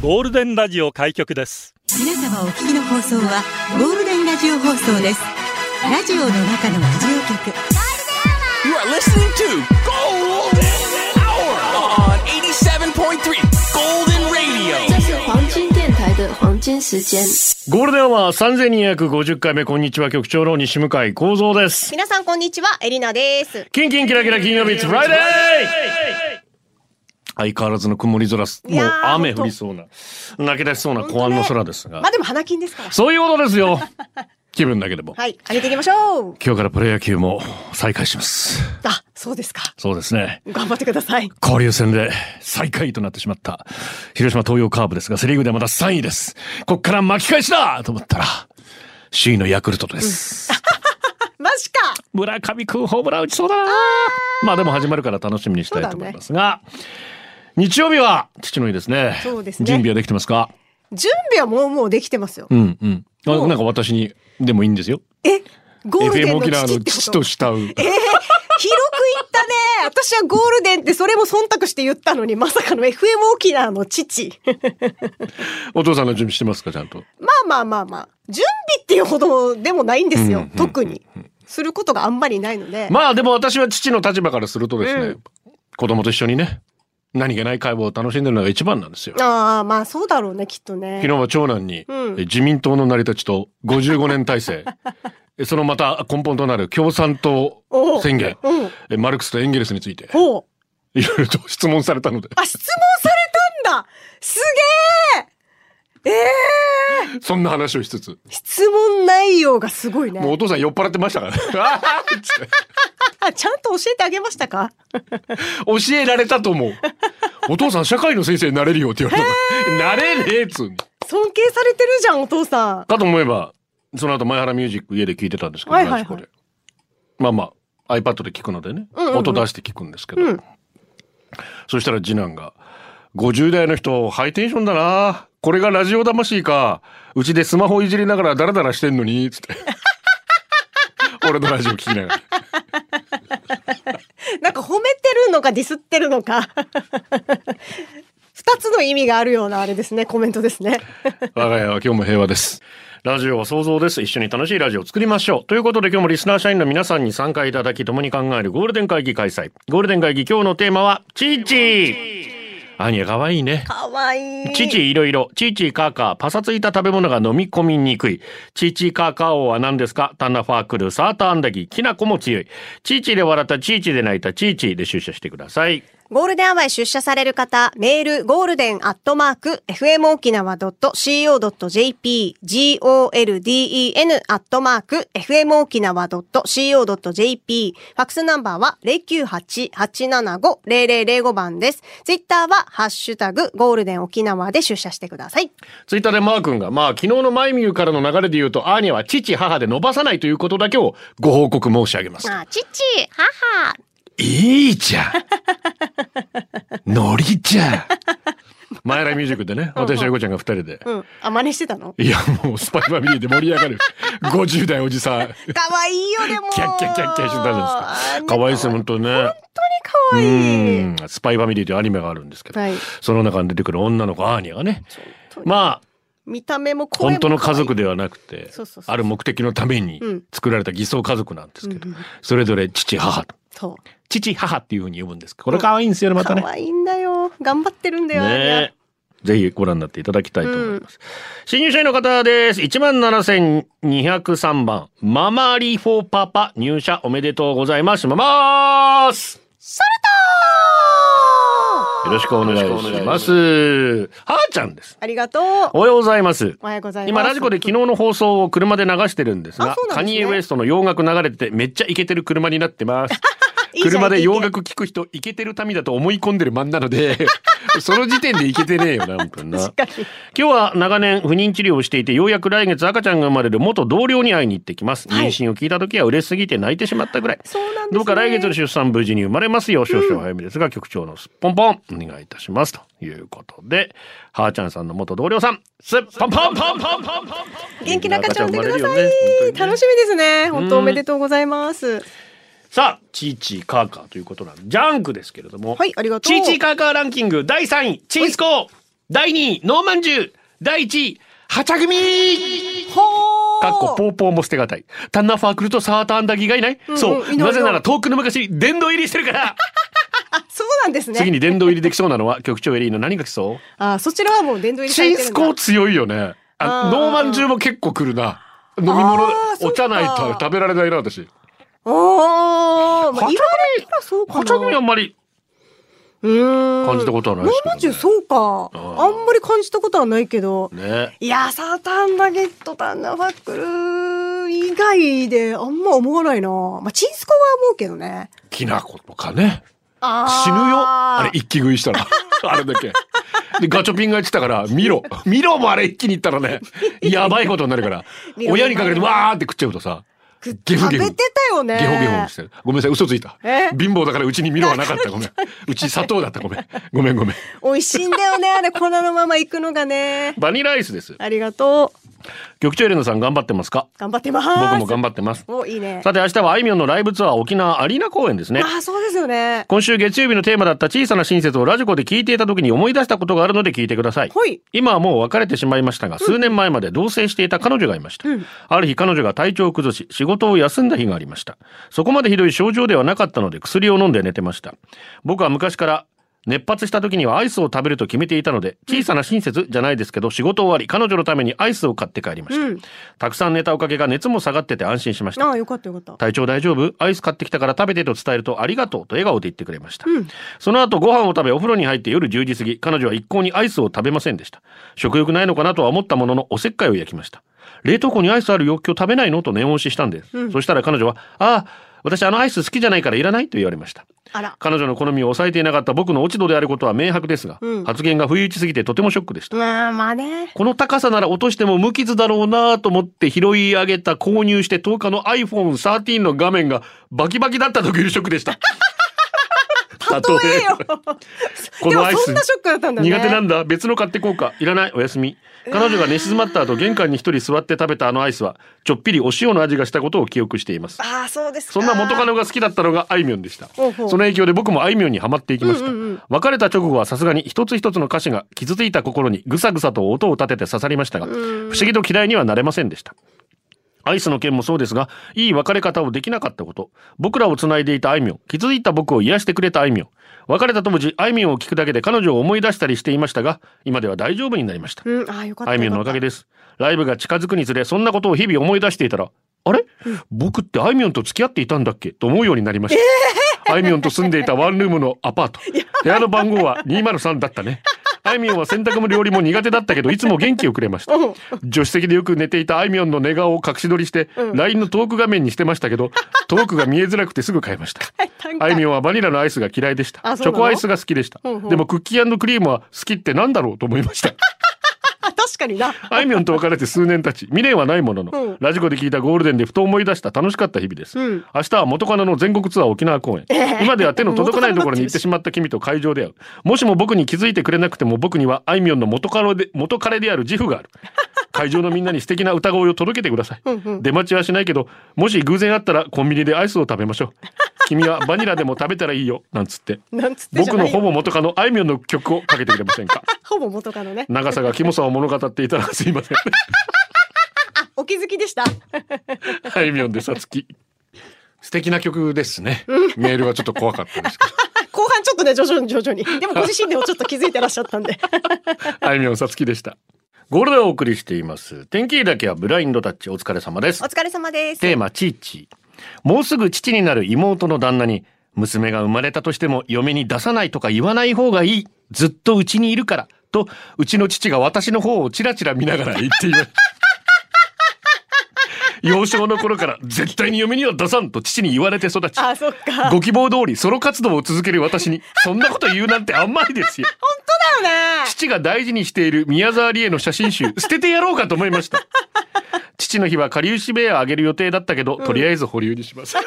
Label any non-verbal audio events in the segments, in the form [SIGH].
ゴールデンラジオ開局です皆様お聞きの放送はゴールデンラジオ放送ですラジオの中のラジオ局 You are listening to Golden Hour on 87.3 Golden Radio. 这是黄金电台的黄金时间。ゴールデンは三千二百五十回目こんにちは局長の西向井光三です。皆さんこんにちはエリナですキンキンキラキラ金曜日 It's Friday。相変わらずの曇り空す、いもやうー雨本当降りそうな、泣き出しそうな本当公安の空ねですがまあ、でも花金ですからそういうことですよ。気分だけでも。はい上げていきましょう今日からプロ野球も再開します。あそうですかそうですね。頑張ってください交流戦で最下位となってしまった広島東洋カーブですがセリーグではまだ3位です。こっから巻き返しだと思ったら首位のヤクルトです。マジか村上くんホームラン打ちそうだなまあでも始まるから楽しみにしたいと思いますが、日曜日は父の日ですねそうですね準備はできてますか準備はもうもうできてますよ、うんうんあもうなんか私にでもいいんですよえゴールデ FM ンの沖父縄ってのこ父とと慕う、えー、広く言ったね私はゴールデンってそれも忖度して言ったのにまさかの FM 沖縄の父お父さんの準備してますかちゃんとまあまあまあまあ準備っていうほどでもないんですよ、うんうんうん特にすることがあんまりないので、まあでも私は父の立場からするとですね、うん子供と一緒にね何気ない会話を楽しんでるのが一番なんですよああまあそうだろうねきっとね昨日は長男に、うんえ自民党の成り立ちと55年体 [LAUGHS] 制えそのまた根本となる共産党おう宣言うんえマルクスとエンゲルスについてほういろいろと質問されたので、あ、質問されたんだすげえええそんな話をしつつ、質問内容がすごいね。もうお父さん酔っ払ってましたからね、 [LAUGHS] あーっつってあ、 [LAUGHS] ちゃんと教えてあげましたか教えられたと思う。お父さん社会の先生になれるよって言われた [LAUGHS] から。なれねえっつうの尊敬されてるじゃん、お父さん。かと思えば、その後前原ミュージック家で聞いてたんですけど、はいはいはいラジコで。まあまあ、iPad で聞くのでね、うんうんうん音出して聞くんですけど、うんそしたら次男が、50代の人、ハイテンションだな。これがラジオ魂か。うちでスマホいじりながらダラダラしてんのに、 [LAUGHS] つって。俺のラジオ聞きながら。なんか褒めてるのかディスってるのか。 [LAUGHS] 二つの意味があるようなあれですね、コメントですね。我が家は今日も平和です。ラジオは想像です。一緒に楽しいラジオを作りましょう。ということで今日もリスナー社員の皆さんに参加いただき、共に考えるゴールデン会議開催。ゴールデン会議今日のテーマは、チーチーアニヤ可愛いね。かわいい。チーチーいろいろ、チーチーカーカー、パサついた食べ物が飲み込みにくい。チーチーカーカー王は何ですかタンナファークル、サーターアンダギー、キナコも強い。チーチーで笑った、チーチーで泣いた、チーチーで出社してください。ゴールデンアワーへ出社される方、メール、ゴールデンアットマーク、fmokinawa.co.jp、golden アットマーク、fmokinawa.co.jp、ファックスナンバーは098-875-0005番です。ツイッターは、ハッシュタグ、ゴールデン沖縄で出社してください。ツイッターでマー君が、まあ昨日のマイミューからの流れで言うと、アーニャは父母で伸ばさないということだけをご報告申し上げます。あ、父、母、いいじゃんノリじ [LAUGHS] ゃん前らミュージックでね、私とエコちゃんが二人で。うん。あ、真似してた [LAUGHS] のいや、もうスパイファミリーで盛り上がる。50代おじさん。かわいいよ、でも。キャッキャッキャッキャしてたじゃないですか。かわいいです、本本当にね。当うにかわいい。ん。スパイファミリーというアニメがあるんですけど、はいその中に出てくる女の子、アーニャがね。まあ、見た目も声も本当の家可愛い族ではなくてそうそうそうある目的のためにうん作られた偽装家族なんですけど、それぞれ父母とそう。父母っていうふうに呼ぶんですけどこれ可愛いんですよねまたね可。愛いんだよ。頑張ってるんだよ。ねえぜひご覧になっていただきたいと思います。新入社員の方です。17,203番。ママリフォーパパ入社おめでとうございます。ママーすサルトよろしくお願いします。はーちゃんです。ありがとう。おはようございます。おはようございます。今ラジコで昨日の放送を車で流してるんですがあそうなカんですニねエ・ウエストの洋楽流れててめっちゃイケてる車になってます [LAUGHS] いいじゃん車で洋。聞いて楽聴く人イケてる民だと思い込んでる漫なの [LAUGHS] でその時点でイケてねえよな本当にな確かに今日は長年不妊治療をしていてようやく来月赤ちゃんが生まれる元同僚に会いに行ってきます、はい妊娠を聞いた時は嬉しすぎて泣いてしまったぐらいそうなんです、ね。どうか来月の出産無事に生まれますよう少々お早めですが、局長のすっぽんぽんお願いいたしますということではーちゃんさんの元同僚さんすっぽんぽんぽんぽんぽんぽん元気な赤ちゃん産んで元気な赤ちゃん生まれください。るよね本当にね楽しみですね。本当おめでとうございます。さあ、チーチーカーカーということなんで、ジャンクですけれども。はいありがとうチーチーカーカーランキング第3位、チンスコー、第2位、ノーマンジュ第1位、ハチャ組ほーかっこポーポーも捨てがたい。タンナーファークルとサーターアンダギーがいない、んそういないいないなぜなら遠くの昔、殿堂入りしてるから。あそうなんですね次に殿堂入りできそうなのは、局長エリーの何が来そあそちらはもう殿堂う入りさチれンてるスんコだー強いよね。ああーノーマンジュも結構来るな。飲み物あー、お茶ないそとっか食べられないな、私。おー、まあ、ハチャ組言われたらそうかなハチャ組あんまりうーん感じたことはないですけどねノーマンジュそうかあーあんまり感じたことはないけど、ね。いやーサーターアンダゲットタンナーファックル以外であんま思わないなまあチンスコは思うけどねきな粉とかね。あ死ぬよ。あれ一気食いした [LAUGHS] ら。あれだけ。で、ガチョピンが言ってたから、見ろ。見ろもあれ一気に行ったらね、やばいことになる [LAUGHS] から。見ろ親にかけてわーって食っちゃうとさ、食ゲフゲフ食べてたよねゲホゲホしてる。ごめんなさい、嘘ついた。え貧乏だからうちに見ろはなかった。 [LAUGHS] ごめん。うち砂糖だった。ごめん。ごめんごめん。美味しいんだよねあれ粉のまま行くのがねバニラアイスです。ありがとう局長エレナさん頑張ってますか頑張ってます僕も頑張ってます。おいいねさて明日はあいみょんのライブツアー沖縄アリーナ公演ですね。ああそうですよね今週月曜日のテーマだった小さな親切をラジコで聞いていた時に思い出したことがあるので聞いてください。ほい今はもう別れてしまいましたが、数年前まで同棲していた彼女がいました。ある日彼女が体調を崩し、仕事を休んだ日がありました。そこまでひどい症状ではなかったので薬を飲んで寝てました。僕は昔から、熱発した時にはアイスを食べると決めていたので、小さな親切じゃないですけど、仕事終わり、彼女のためにアイスを買って帰りました。うんたくさん寝たおかげが熱も下がってて安心しましたあ。あよかったよかった体調大丈夫アイス買ってきたから食べてと伝えるとありがとうと笑顔で言ってくれました、うんその後ご飯を食べお風呂に入って夜10時過ぎ彼女は一向にアイスを食べませんでした食欲ないのかなとは思ったもののおせっかいを焼きました冷凍庫にアイスあるよ今日食べないのと念押ししたんです、うんそしたら彼女はああ私あのアイス好きじゃないからいらないと言われましたあら彼女の好みを抑えていなかった僕の落ち度であることは明白ですが、うん発言が不意打ちすぎてとてもショックでしたまあまあねこの高さなら落としても無傷だろうなと思って拾い上げた購入して10日の iPhone13 の画面がバキバキだったというショックでした。 [LAUGHS] 例えよこでのもアイそスんなショックだったんだね苦手なんだ別の買ってこうかいらないおやすみ彼女が寝静まった後玄関に一人座って食べたあのアイスはちょっぴりお塩の味がしたことを記憶しています [LAUGHS] ああそうですかそんな元カノが好きだったのがあいみょんでした。ほそうほうの影響で僕もあいみょんにはまっていきました。うんうんうん別れた直後はさすがに一つ一つの歌詞が傷ついた心にぐさぐさと音を立てて刺さりましたが、不思議と嫌いにはなれませんでした。アイスの件もそうですが、いい別れ方をできなかったこと、僕らを繋いでいたあいみょん、気づいた僕を癒してくれたあいみょん、別れた当時、あいみょんを聞くだけで彼女を思い出したりしていましたが、今では大丈夫になりました。うんああよかったあいみょんのおかげです。ライブが近づくにつれ、そんなことを日々思い出していたら、あれ、僕ってあいみょんと付き合っていたんだっけと思うようになりました。あいみょんと住んでいたワンルームのアパート。部屋の番号は203だったね。あいみょんは洗濯も料理も苦手だったけど、いつも元気をくれました。助手席でよく寝ていたあいみょんの寝顔を隠し撮りして、LINE のトーク画面にしてましたけど、トークが見えづらくてすぐ変えました。あいみょんはバニラのアイスが嫌いでした。あチそうなョのコアイスが好きでした。うんうんでもクッキークリームは好きってなんだろうと思いました。あ確かになあいみょんと別れて数年経ち未練はないものの、うんラジコで聞いたゴールデンでふと思い出した楽しかった日々です、うん明日は元カノの全国ツアー沖縄公演、今では手の届かないところに行ってしまった君と会場で会うもしも僕に気づいてくれなくても僕にはあいみょんの元カノで元彼である自負がある会場のみんなに素敵な歌声を届けてください、出待ちはしないけどもし偶然会ったらコンビニでアイスを食べましょう君はバニラでも食べたらいいよなんつってなんつってじゃ僕なのいよほぼ元カノあいみょんの曲をかけてくれませんかほぼ元カノね長さがキモさを物語っていたらすいませんあお気づきでした [LAUGHS] あいみょんでさつき。素敵な曲ですね。メールはちょっと怖かったですけ後半ちょっとね徐々に徐々にでもご自身でもちょっと気づいてらっしゃったんでど。 [LAUGHS] あいみょんさつきでした。ゴールドをお送りしています。天気だけはブラインドタッ [LAUGHS] チお疲れ様ですお。疲れ様ですテーマ、チーチー。もうすぐ父になる妹の旦那に、娘が生まれたとしても嫁に出さないとか言わない方がいい。ずっとうちにいるから。と、うちの父が私の方をチラチラ見ながら言ってい [LAUGHS] ます。幼少の頃から絶対に嫁には出さんと父に言われて育ち。あそっ [LAUGHS] かご希望通りソロ活動を続ける私に、そんなこと言うなんて甘いですよ。 [LAUGHS] そうだよね父が大事にしている宮沢りえの写真集、捨ててやろうかと思いま [LAUGHS] した。父の日は下流し部屋あげる予定だったけど、とりあえず保留にします。本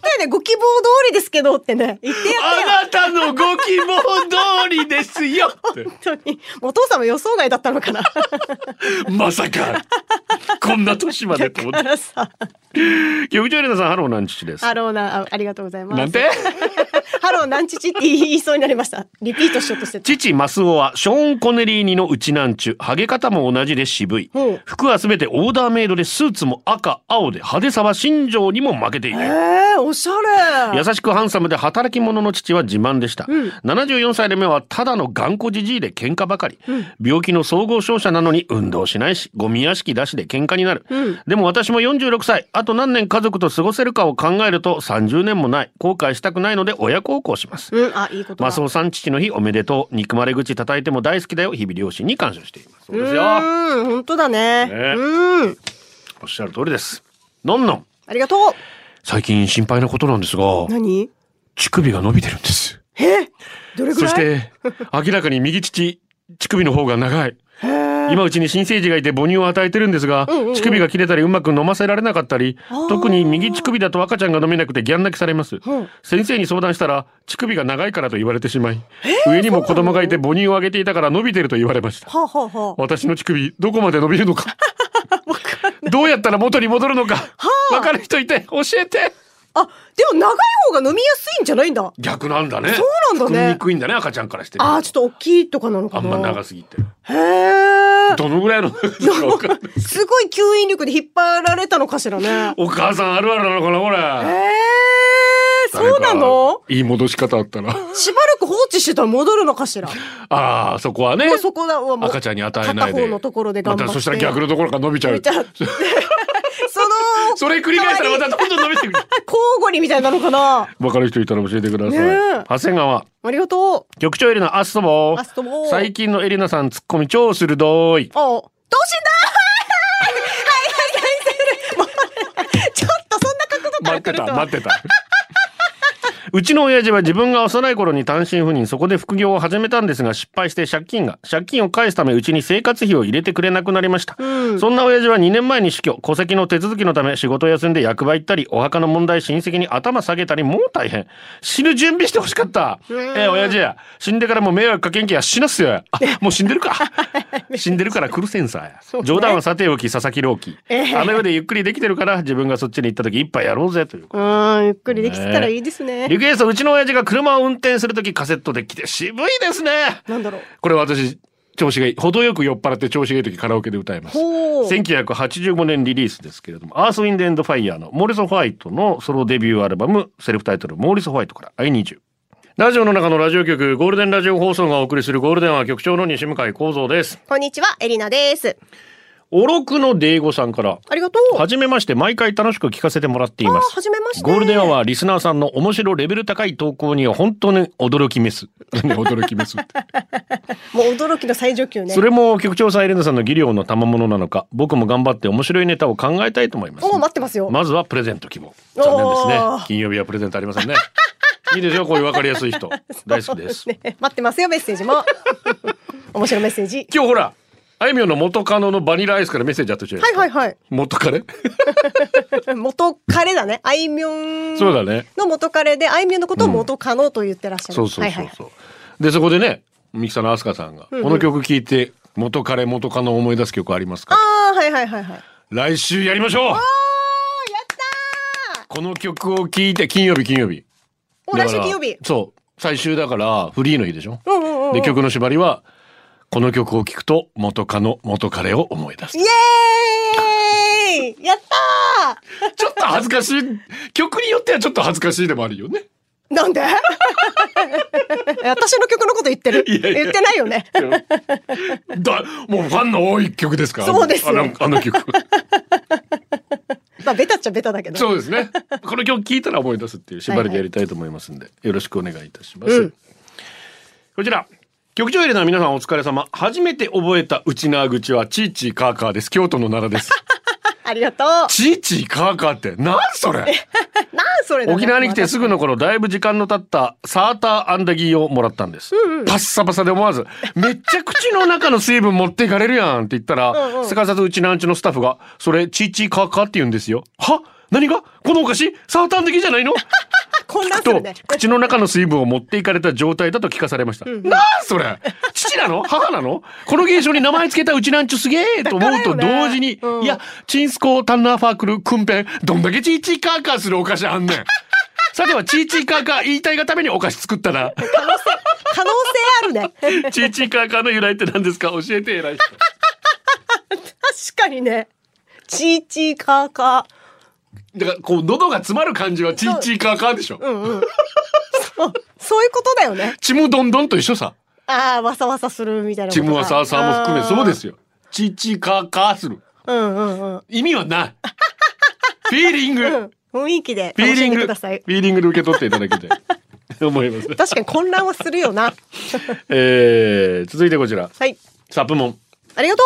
当やねご希望通りですけどってね言ってやっあなたのご希望通りですよ [LAUGHS] ってて本当にもうお父さんも予想外だったのかなまさかこんな年までと思 [LAUGHS] って。らさ、局長エレナさん、ハローナンチチです。ハローな、あありがとうございます。なんて [LAUGHS] ハローなんちちって言いそうになりました。リピートしようとしてた。父マスオはショーン・コネリーニのうちなんちゅハゲ方も同じで渋いほう服は全てオーダーメイドでスーツも赤青で派手さは新庄にも負けていえないえおしゃ優れ。しくハンサムで働き者の父は自慢でした、うん74歳で目はただの頑固じじいで喧嘩ばかり、ん病気の総合商社なのに運動しないしゴミ屋敷だしで喧嘩になる、うんでも私も46歳あと何年家族と過ごせるかを考えると30年もない後悔したくないので親孝行しますうん、あ、いいことだ。マスオさん父の日おめでとう憎まれ口叩いても大好きだよ日々両親に感謝していますそうですようん、本当だね。ねうん、おっしゃる通りですのんのんありがとう。最近心配なことなんですが何？乳首が伸びてるんですえ、どれぐそらい？して明らかに右乳乳首の方が長いへー今うちに新生児がいて母乳を与えてるんですが、うんうんうん乳首が切れたりうまく飲ませられなかったりあー特に右乳首だと赤ちゃんが飲めなくてギャン泣きされます、うん先生に相談したら乳首が長いからと言われてしまい、上にも子供がいて母乳をあげていたから伸びてると言われましたはあ、はあはあ、私の乳首どこまで伸びるの [LAUGHS] かどうやったら元に戻るのか分かる人いて教えてあ、でも長い方が飲みやすいんじゃないんだ。逆なんだねそうなんだね作りにくいんだね赤ちゃんからしてみるとあー、ちょっと大きいとかなのあかんな。ま長すぎてへえ。どのぐらいの長さか分かんない [LAUGHS] すごい吸引力で引っ張られたのかしらね。お母さんあるあるなのかなこえれえ、そうなの？いい戻し方あったらしばらく放置してたら戻るのかしら。ああそこはねもうそこだはもう赤ちゃんに与えないで片方のところで頑張って。またそしたら逆のところから伸びちゃめうっちゃ。 [LAUGHS] [LAUGHS] そのそれ繰り返したらまたどんどん伸び [LAUGHS] てくる交互にみたいなのかな。分かる人いたら教えてください、ねえ長谷川ありがとう。局長エリナアストボアストボー最近のエリナさんツッコミ超鋭い [LAUGHS] あ、等身大はいはいはい先生。もうちょっとそんな角度か待らっ来てるとたは。待ってたうちの親父は自分が幼い頃に単身赴任そこで副業を始めたんですが失敗して借金が借金を返すためうちに生活費を入れてくれなくなりました、うんそんな親父は2年前に死去戸籍の手続きのため仕事を休んで役場行ったりお墓の問題親戚に頭下げたりもう大変死ぬ準備してほしかったええ親父や死んでからも迷惑かけんけや死なっすよあもう死んでる [LAUGHS] か死んでるから来るセンサーや、そうね冗談はさておき佐々木朗希、ええあの世でゆっくりできてるから自分がそっちに行った時一杯やろうぜといううーん、ゆっくりできてたらいいですね。リクエストうちの親父が車を運転するときカセットで来て渋いですねなんだろう。これ私調子がいい程よく酔っ払って調子がいい時カラオケで歌いますほう。 1985年リリースですけれども「アース・ウィンド・エンド・ファイヤー」のモーリス・ホワイトのソロデビューアルバムセルフタイトル「モーリス・ホワイト」から「I need you」ラジオの中のラジオ局ゴールデンラジオ放送がお送りするゴールデンは局長の西向井光三ですこんにちは、エリナです。おろくのデイゴさんからありがとう。はじめまして毎回楽しく聞かせてもらっていあまー、すはじめまして。ゴールデンアワーリスナーさんの面白レベル高い投稿には本当に驚き [LAUGHS] メス。何驚きメスって。もう驚きの最上級ね。 [LAUGHS] それも局長さんエレナさんの技量の賜物なのか、僕も頑張って面白いネタを考えたいと思います。おー待ってますよ。まずはプレゼント希望。残念ですねお。ー金曜日はプレゼントありませんね。いいですよ、こういうわかりやすい人。大好きです。 [LAUGHS] ね、待ってますよ、メッセージも。 [LAUGHS] 面白いメッセージ。今日ほら、あいみょんの元カノのバニラアイスからメッセージあったじゃないはいですか。はいはい。 [LAUGHS] 元カレ元彼だね。あいみょん。そうだね。の元彼で、あいみょんのことを元カノと言ってらっしゃる。そうそうはいそはういそう。で、そこでね、ミキサーのアスカさんが、この曲聴いて、元カレ元カノを思い出す曲ありますかああ、はいはいはいはい。来週やりましょうおー、やったーこの曲を聴いて金曜日金曜日お、だ来か週ら金曜日。そう最終だからフリーの日でしょうんうんうん。で曲の縛りはこの曲を聴くと元カノ元カレを思い出 [LAUGHS] すイエーイやったちょっと恥ずかしい曲によってはちょっと恥ずかしいでもあるよねーなんで [LAUGHS] 私の曲のこと言ってるいやいや言ってないよね。 [LAUGHS] だもうファンの多い曲ですからそうですよあのあの曲まあ、ベタっちゃベタだけど。そうですねこの曲聴いたら思い出すっていう縛りでやりたいと思いますんで、よろしくお願いいたします、うんこちら局長エレナ皆さんお疲れ様初めて覚えたうちなー口はチーチーカーカーです京都の奈良 [LAUGHS] です [LAUGHS] ありがとう。 [LAUGHS] なチーチーカーカーってなんそれんそれだね沖縄に来てすぐの頃だいぶ時間の経ったサーターアンダギーをもらったんです、パッサパサで思わず「めっちゃ口の中の水分持っていかれるやん」って言ったらうんうんすかさずうちなんちのスタッフが「それチーチーカーカーって言うんですよ」は何がこのお菓子サーターアンダギーじゃないのあ [LAUGHS] 混乱するとね。口の中の水分を持っていかれた状態だと聞かされました、んなんそれ父なの母なのこの現象に名前つけたうちなんちゅすげえと思うとだから同よね時に、うんいやチンスコータンナーファークルクンペンどんだけチーチーカーカーするお菓子あんね [LAUGHS] んさてはチーチーカーカー言いたいがためにお菓子作った [LAUGHS] な可能性あるね。 [LAUGHS] チーチーカーカーの由来って何ですか教えて偉い人確かにね。チーチーカーカだからこう喉が詰まる感じはチーチーカーカーでしょー。うんうん。そうそういうことだよね。ちむどんどんと一緒さああ、わさわさするみたいなこちとか。むはさあさあも含めそうですよ。よチーチーカーカーするうんうんうん。意味はないフィーリング、うん雰囲気でフィー楽リしンんでグ、くフださいィ。ーリングで受け取っていただきたい [LAUGHS] と思います。確かに混乱はするよな。えー、続いてこちら、はい。サップモン。ありがと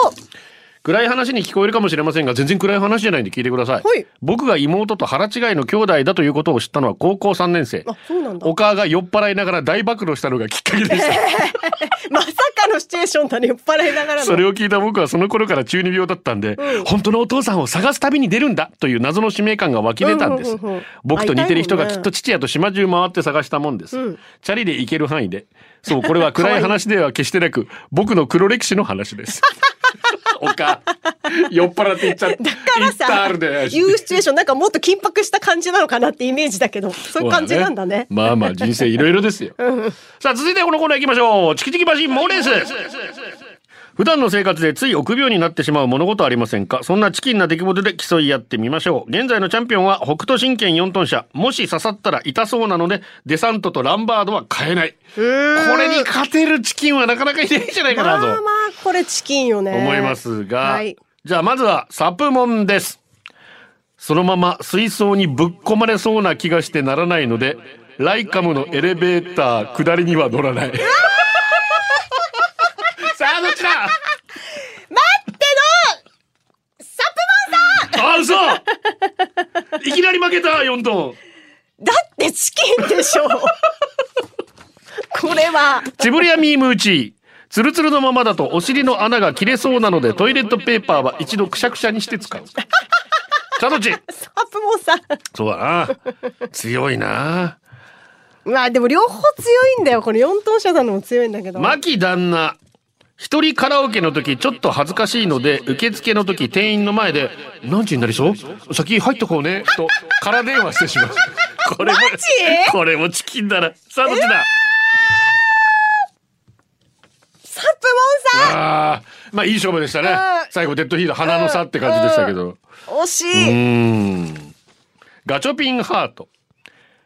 暗い話に聞こえるかもしれませんが、全然暗い話じゃないんで聞いてください。はい僕が妹と腹違いの兄弟だということを知ったのは高校3年生う。。あ、そうなんだお。母が酔っ払いながら大暴露したのがきっかけでした。まさかのシチュエーションだね。酔っ払いながらの。それを聞いた僕はその頃から中二病だったんで、うん本当のお父さんを探す旅に出るんだという謎の使命感が湧き出たんです、うんうんうんうん僕と似てる人が会いきたいもんねっと父やと島中回って探したもんです、うんチャリで行ける範囲でそうこれは暗い話では決してな [LAUGHS] く僕の黒歴史の話ですおか酔っ払って言っちゃっただから言ったあさ、るで言うシチュエーションなんかもっと緊迫した感じなのかなってイメージだけど、そういう感じなんだね。まあまあ人生いろいろ [LAUGHS] ですよ。さあ続いてこのコーナー行きましょう。チキチキマシンモーレース。普段の生活でつい臆病になってしまう物事ありませんかそんなチキンな出来事で競い合ってみましょう。現在のチャンピオンは北斗神拳4トン車。もし刺さったら痛そうなので、デサントとランバードは買えない。これに勝てるチキンはなかなかいないんじゃないかまなあと。まあ、これチキンよね。思いますが、はいじゃあまずはサプモンですそのまま水槽にぶっ込まれそうな気がしてならないのでライカムのエレベーター下りには乗らない [LAUGHS] さあどっちだあ嘘いきなり負けた4トンだってチキンでし [LAUGHS] ょこれは。チブリアミームうちツルツルのままだとお尻の穴が切れそうなのでトイレットペーパーは一度くしゃくしゃにして使うさあどっちサップもさ、そうだな強いなまあでも両方強いんだよ。この四トン車なのも強いんだけど。牧旦那一人カラオケの時ちょっと恥ずかしいので受付の時店員の前で「何時になりそう先入ってこうね」と空電話してしま [LAUGHS] うこれも [LAUGHS] ジこれもチキンだなさあどっちだサップもんさあーまあいい勝負でしたねうん最後デッドヒート鼻の差って感じでしたけど惜しうい。ーんガチョピンハート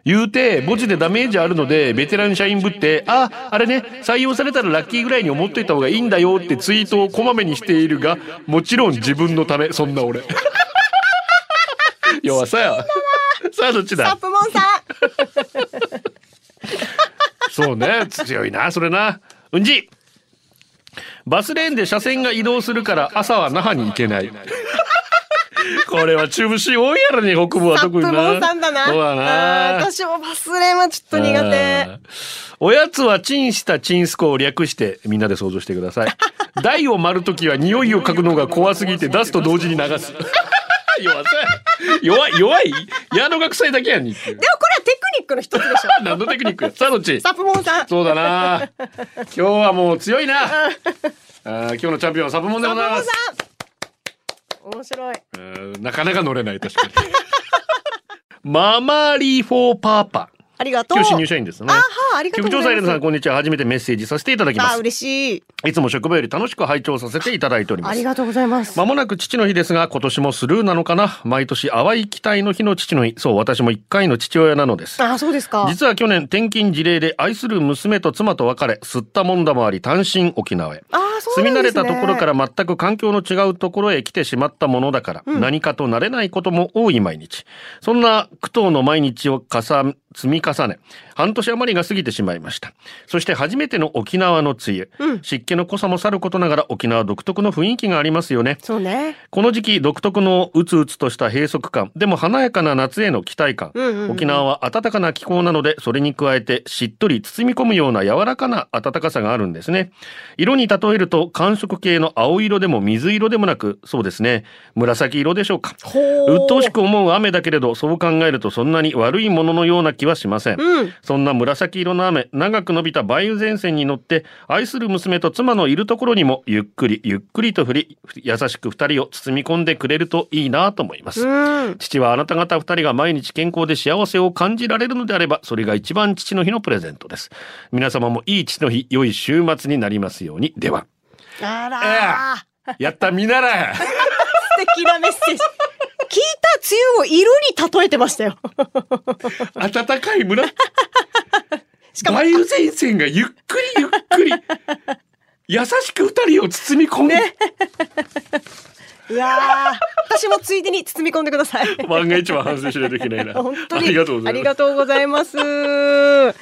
言うて墓地でダメージあるのでベテラン社員ぶってああれね採用されたらラッキーぐらいに思っといた方がいいんだよってツイートをこまめにしているがもちろん自分のためそんな俺 [LAUGHS] 弱さやさあどっちサッだプもんさそうね強いなそれなうんじバスレーンで車線が移動するから朝は那覇に行けない [LAUGHS] これは中部市多いやろね北部はサッ特プにな [LAUGHS] もんさんだな。そうだなあー私もバスレーンはちょっと苦手。うんおやつはチンしたチンスコを略してみんなで想像してください台を丸ときは匂いを嗅ぐのが怖すぎて出すと同時に流す [LAUGHS] 弱い弱い弱い矢野が臭いだけやにっていうでもこれはテクニックの一つでし [LAUGHS] ょ。何のテクニックやさあどっちサップモンさん。そうだな今日はもう強い [LAUGHS] なあー今日のチャンピオンはサブモンでサごッざいプモまンすさん。面白い。うーんなかなか乗れない確かにママリーフォーパーパありがとう。今日新入社員ですねあはあ、ありがとう局ご長ざいます。サイレンさんこんにちは初めてメッセージさせていただきまあ、す嬉しい。いつも職場より楽しく拝聴させていただいておりまありすがとうございます。まもなく父の日ですが今年もスルーなのかな毎年淡い期待の日の父の日そう私も一回の父親なのですあ、そうですか。実は去年転勤事例で愛する娘と妻と別れ吸ったもんだもあり単身沖縄へあ、そう住みな慣んでれすね。たところから全く環境の違うところへ来てしまったものだから、うん何かと慣れないことも多い毎日そんな苦闘の毎日を重ね積み重ね半年余りが過ぎてしまいましたそして初めての沖縄の梅雨、うん湿気の濃さもさることながら沖縄独特の雰囲気がありますよねそうね。この時期独特のうつうつとした閉塞感でも華やかな夏への期待感、うんうんうん沖縄は暖かな気候なのでそれに加えてしっとり包み込むような柔らかな暖かさがあるんですね色に例えると寒色系の青色でも水色でもなくそうですね紫色でしょうかほう。鬱陶しく思う雨だけれどそう考えるとそんなに悪いもののような気はしません、うん。そんな紫色の雨長く伸びた梅雨前線に乗って愛する娘と妻のいるところにもゆっくりゆっくりと降り優しく二人を包み込んでくれるといいなと思います、うん。父はあなた方二人が毎日健康で幸せを感じられるのであればそれが一番父の日のプレゼントです皆様もいい父の日良い週末になりますように [LAUGHS] ではあらーやった見習え素敵なメッセージ。聞いた梅雨を色に例えてましたよ。暖かい村 [LAUGHS] しかも梅雨前線がゆっくりゆっくり優しく二人を包み込む、うわー私もついでに包み込んでくだ [LAUGHS] さい。万が一は反省しないといけないな本当にありがとうございますありがとうございます。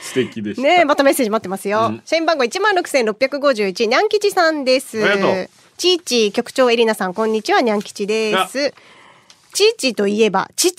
素敵でした、ねえまたメッセージ待ってますよ。うん社員番号一万六千六百五十一にゃんきちさんです。ありがとうちいち局長エリナさんこんにちはにゃんきちです。ちいちといえば父。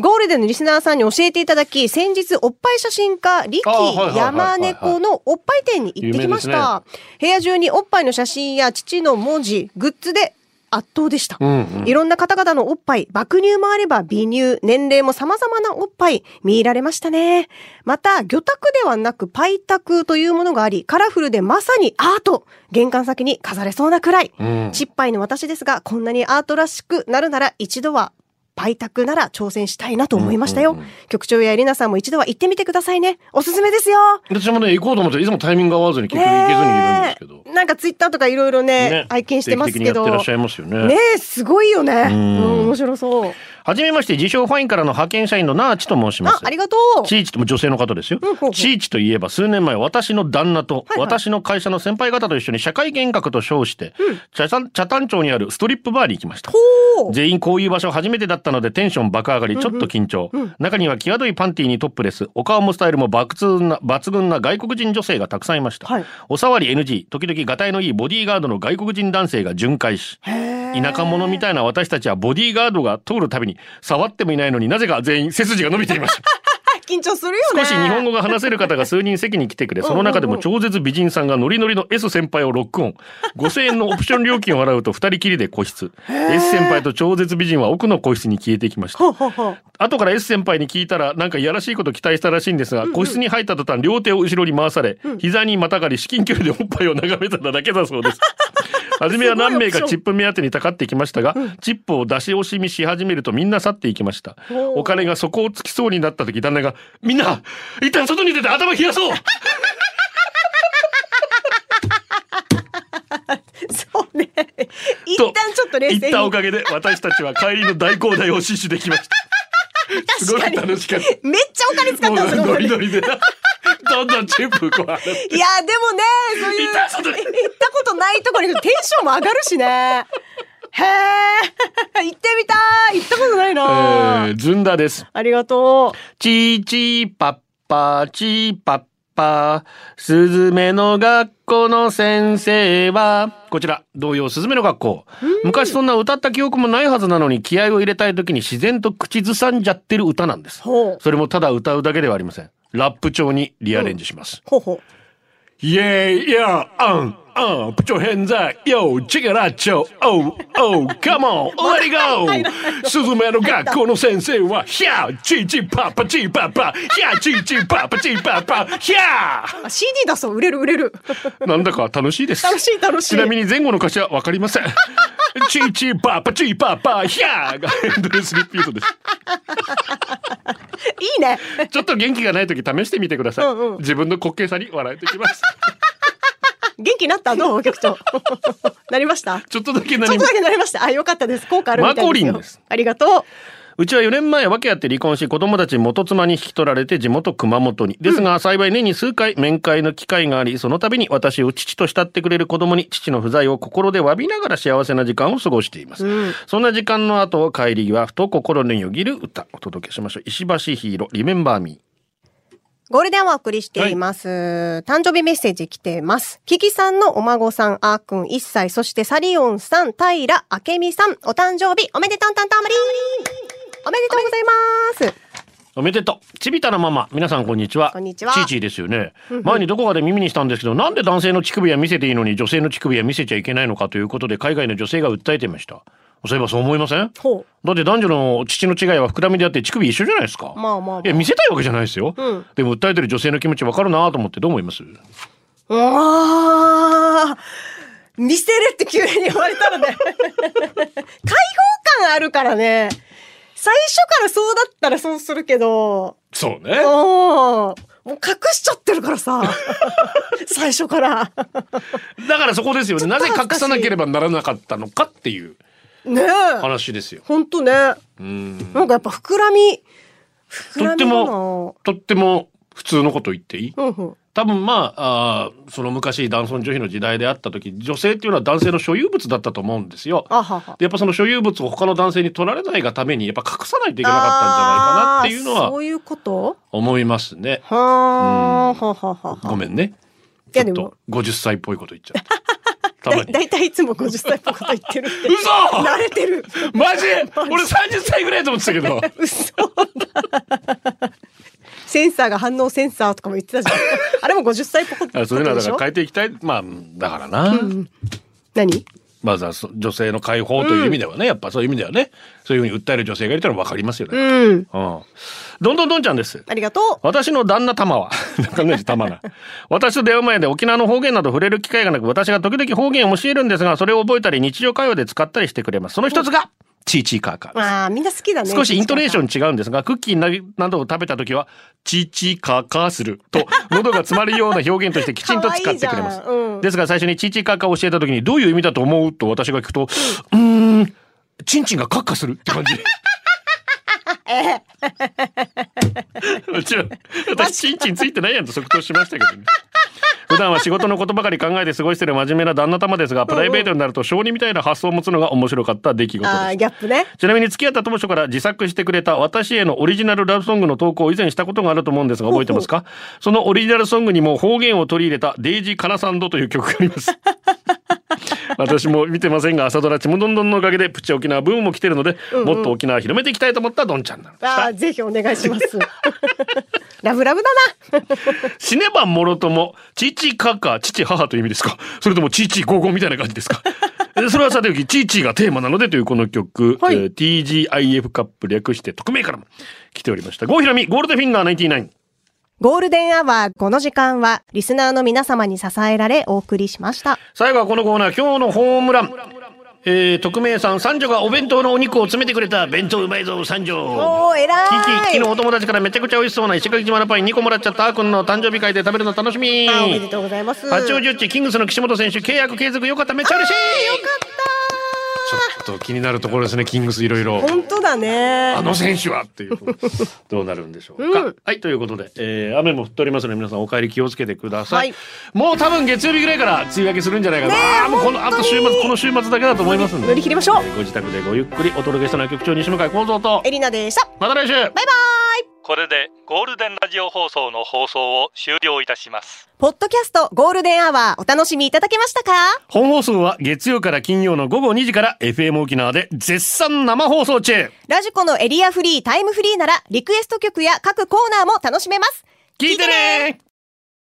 ゴールデンのリスナーさんに教えていただき、先日、おっぱい写真家、リキあはいはいはいはいはい山猫のおっぱい店に行ってきました。部屋中におっぱいの写真や父の文字、グッズで圧倒でした。うんうんいろんな方々のおっぱい、爆乳もあれば美乳、年齢も様々なおっぱい、見入られましたね。また、魚卓ではなくパイ卓というものがあり、カラフルでまさにアート玄関先に飾れそうなくらい。うん失敗の私ですが、こんなにアートらしくなるなら一度は、パイ卓なら挑戦したいなと思いましたうよ。んうんうん局長やエリナさんも一度は行ってみてくださいね。おすすめですよ。私もね行こうと思っていつもタイミング合わずに結局行けずにいるんですけど、ねえなんかツイッターとかいろいろねね拝見してますけ定期的にやってど。らっしゃいますよねねえ、すごいよね。うんん、面白そう。はじめまして自称ファインからの派遣社員のナーチと申しまあ、すありがとう。チーチとも女性の方ですようんほうほ。うチーチといえば数年前私の旦那とはいはい私の会社の先輩方と一緒に社会見学と称して、茶山茶谷町にあるストリップバーに行きました。ほう。全員こういう場所初めてだったのでテンション爆上がりちょっと緊張、中には際どいパンティーにトップレスお顔もスタイルも抜群な抜群な外国人女性がたくさんいました、はいおさわり NG 時々がたいのいいボディーガードの外国人男性が巡回し田舎者みたいな私たちはボディーガードが通るたびに触ってもいないのになぜか全員背筋が伸びていました緊張するよね。少し日本語が話せる方が数人席に来てくれ、その中でも超絶美人さんがノリノリの S 先輩をロックオン。5000円のオプション料金を払うと2人きりで個室。S 先輩と超絶美人は奥の個室に消えていきました。ほうほうほう。後から S 先輩に聞いたらなんかいやらしいこと期待したらしいんですが、個室に入った途端両手を後ろに回され、膝にまたがり至近距離でおっぱいを眺めただけだそう [LAUGHS] です。初めは何名かチップ目当てにたかってきましたが、チップを出し惜しみし始めるとみんな去っていきました。おーお金が底をつきそうになった時、旦那が、みんな、一旦外に出て頭冷やそう [LAUGHS] そうね。一と旦ちょっと冷静に。言ったおかげで、私たちは帰りの大交代を死守できました。すご [LAUGHS] 確かくに楽しかった。めっちゃお金 [LAUGHS] 使ったんですよ、もうノこれリいや、ノリで、どんどんチップこう払ってでもね、そうい行う、ったことない行ったことないところに行くとテンションも上がるしね。へえ、 [LAUGHS] 行ってみたい。行ったことないえな。ー、ずんだです。ありがとチーチーパッパーチーパッパースズメの学校の先生はこちら童謡「スズメの学校」昔そんな歌った記憶もないはずなのに気合を入れたい時に自然と口ずさんじゃってる歌なんですう。ほう。それもただ歌うだけではありませんラップ調にリアレンジします、ほうほう。 Yeah, yeah, um, um, put your hands up, yo, check it out, yo, oh, oh, come on, let it [LAUGHS] go! スズメの学校の先生は、ヒャーチーチーパパチーパパヒャーチーチーパパチーパパヒャあ CD 出そう。売れる売れる。 [LAUGHS] ーなんだか楽しいです。楽しい楽しいちなみに前後の歌詞はわかりま [LAUGHS] せん。チーチーパパチーパパヒャーがエンドレスリピートです。いいね。ちょっと元気がない時試してみてください。うんうん自分の滑稽さに笑えてきます。元気になったどう局長。 [LAUGHS] なりましたちょっとだけちょ何っもとだけなりました。あ、よかったです。効果あるみたいですよ。マコリンです。ありがとうちは4年前訳あって離婚し子供たち元妻に引き取られて地元熊本にですが、幸い年に数回面会の機会がありその度に私を父と慕ってくれる子供に父の不在を心で詫びながら幸せな時間を過ごしています、そんな時間の後帰り際ふと心によぎる歌お届けしましょう石橋ヒーローリメンバーミう。ゴールデンはお送りしています。誕生日メッセージ来てます。キキさんのお孫さん、あーくん1歳、そしてサリオンさん、平明美さん、お誕生日、おめでたんたんたんまりーおめでとうございます。ーおめでとうちびたのママ皆さんこんにちはこんにちはチーチーですよね前にどこかで耳にしたんですけどなんで男性の乳首は見せていいのに女性の乳首は見せちゃいけないのかということで海外の女性が訴えていましたそういえばそう思いませんほだって男女の父の違いは膨らみであって乳首一緒じゃないですか。う。まあまあまあ。いや見せたいわけじゃないですよ、うんでも訴えてる女性の気持ちわかるなと思ってどう思いますうわー見せるって急に言われたらね。開放感あるからね。最初からそうだったらそうするけど、そううねん。もう隠しちゃってるから [LAUGHS] さ。最初から。だからそこですよねなぜ隠さなければならなかったのかっていうねえ。話ですよほんとね。うんなんかやっぱ膨らみ、膨らみなの。とっても普通のこと言っていいうんうん。多分まああーその昔男尊女卑の時代であった時女性っていうのは男性の所有物だったと思うんですよあはは。でやっぱその所有物を他の男性に取られないがためにやっぱ隠さないといけなかったんじゃないかなっていうのあーそはういうこと思いますねはあ、はははは。ごめんねいちょやっでもと、50歳っぽいこと言っちゃ [LAUGHS] ったただまいにだいたいいつも50歳っぽいこと言ってるって。嘘慣れてる。マジ俺30歳ぐらいと思ってたけ [LAUGHS] ど嘘だ。センサーが反応センサーとかも言ってたじゃん。あれも50歳っぽいことあそういうのはだでしからょ変えていきたいまあうんだからな、何まずはそ女性の解放という意味ではね、やっぱそういう意味ではねそういうふうに訴える女性がいたら分かりますよね、うんうん。どんどんどんちゃんですありがと私の旦那玉は、 [LAUGHS] 中西玉な。私と出会う前で沖縄の方言など触れる機会がなく、私が時々方言を教えるんですが、それを覚えたり日常会話で使ったりしてくれます。その一つが、チーチーカーカーう。です。ああ、みんな好きだね。少しイントネーション違うんですが、クッキーななどを食べた時は、チーチーカーカーすると、喉が詰まるような表現としてきちんと使ってくれますかわいいじゃ。んうんですが最初にチーチーカーカーを教えた時に、どういう意味だと思うと私が聞くと、うーん、チンチンがカッカするって感じ。もちろん私チンチンついてないやんと即答しましたけどね普段は仕事のことばかり考えて過ごしてる真面目な旦那様ですがプライベートになると小児みたいな発想を持つのが面白かった出来事でああー、すギャップね。ちなみに付き合った当初から自作してくれた私へのオリジナルラブソングの投稿を以前したことがあると思うんですが覚えてますかそのオリジナルソングにも方言を取り入れたデイジーカナサンドという曲があり [LAUGHS] ます私も見てませんが朝ドラちむどんどんのおかげでプチ沖縄ブームも来てるので、もっと沖縄広めていきたいと思ったどんちゃんなのでしあたあ、ぜひお願いします。 [LAUGHS] ラブラブだな。死ねばもろとも、父かか、父母という意味ですか [LAUGHS] それとも父五五みたいな感じですか [LAUGHS] えそれはさておき、チーチーがテーマなのでというこの曲、はいえー TGIF カップ略して匿名からも来ておりました。郷ひろみ、ゴールドフィンガー99。ゴールデンアワー、この時間は、リスナーの皆様に支えられお送りしました。最後はこのコーナー、今日のホームラン。えー、匿名さん、三女がお弁当のお肉を詰めてくれた、弁当うまいぞ、三女。おー、偉キキ、い。昨日お友達からめちゃくちゃ美味しそうな石垣島のパイン2個もらっちゃった、あーくんの誕生日会で食べるの楽しみ。あーおめでとうございます。八王子ッチキングスの岸本選手契約継続よかっためっちゃ嬉しいよかったちょっと気になるところですねキングスいろいろ本当だね。あの選手はっていうどうなるんでしょうか、はいということで、えー雨も降っておりますので皆さんお帰り気をつけてください、はいもう多分月曜日ぐらいから梅雨明けするんじゃないかな、あーもうこのあと週末この週末だけだと思いますんで乗り切りましょうえーご自宅でごゆっくりお届けしたのは局長西向井光三とエリナでした。また来週バイバイ。これでゴールデンラジオ放送の放送を終了いたしますポッドキャストゴールデンアワーお楽しみいただけましたか本放送は月曜から金曜の午後2時から FM 沖縄で絶賛生放送中ラジコのエリアフリー、タイムフリーならリクエスト曲や各コーナーも楽しめます。聞いてね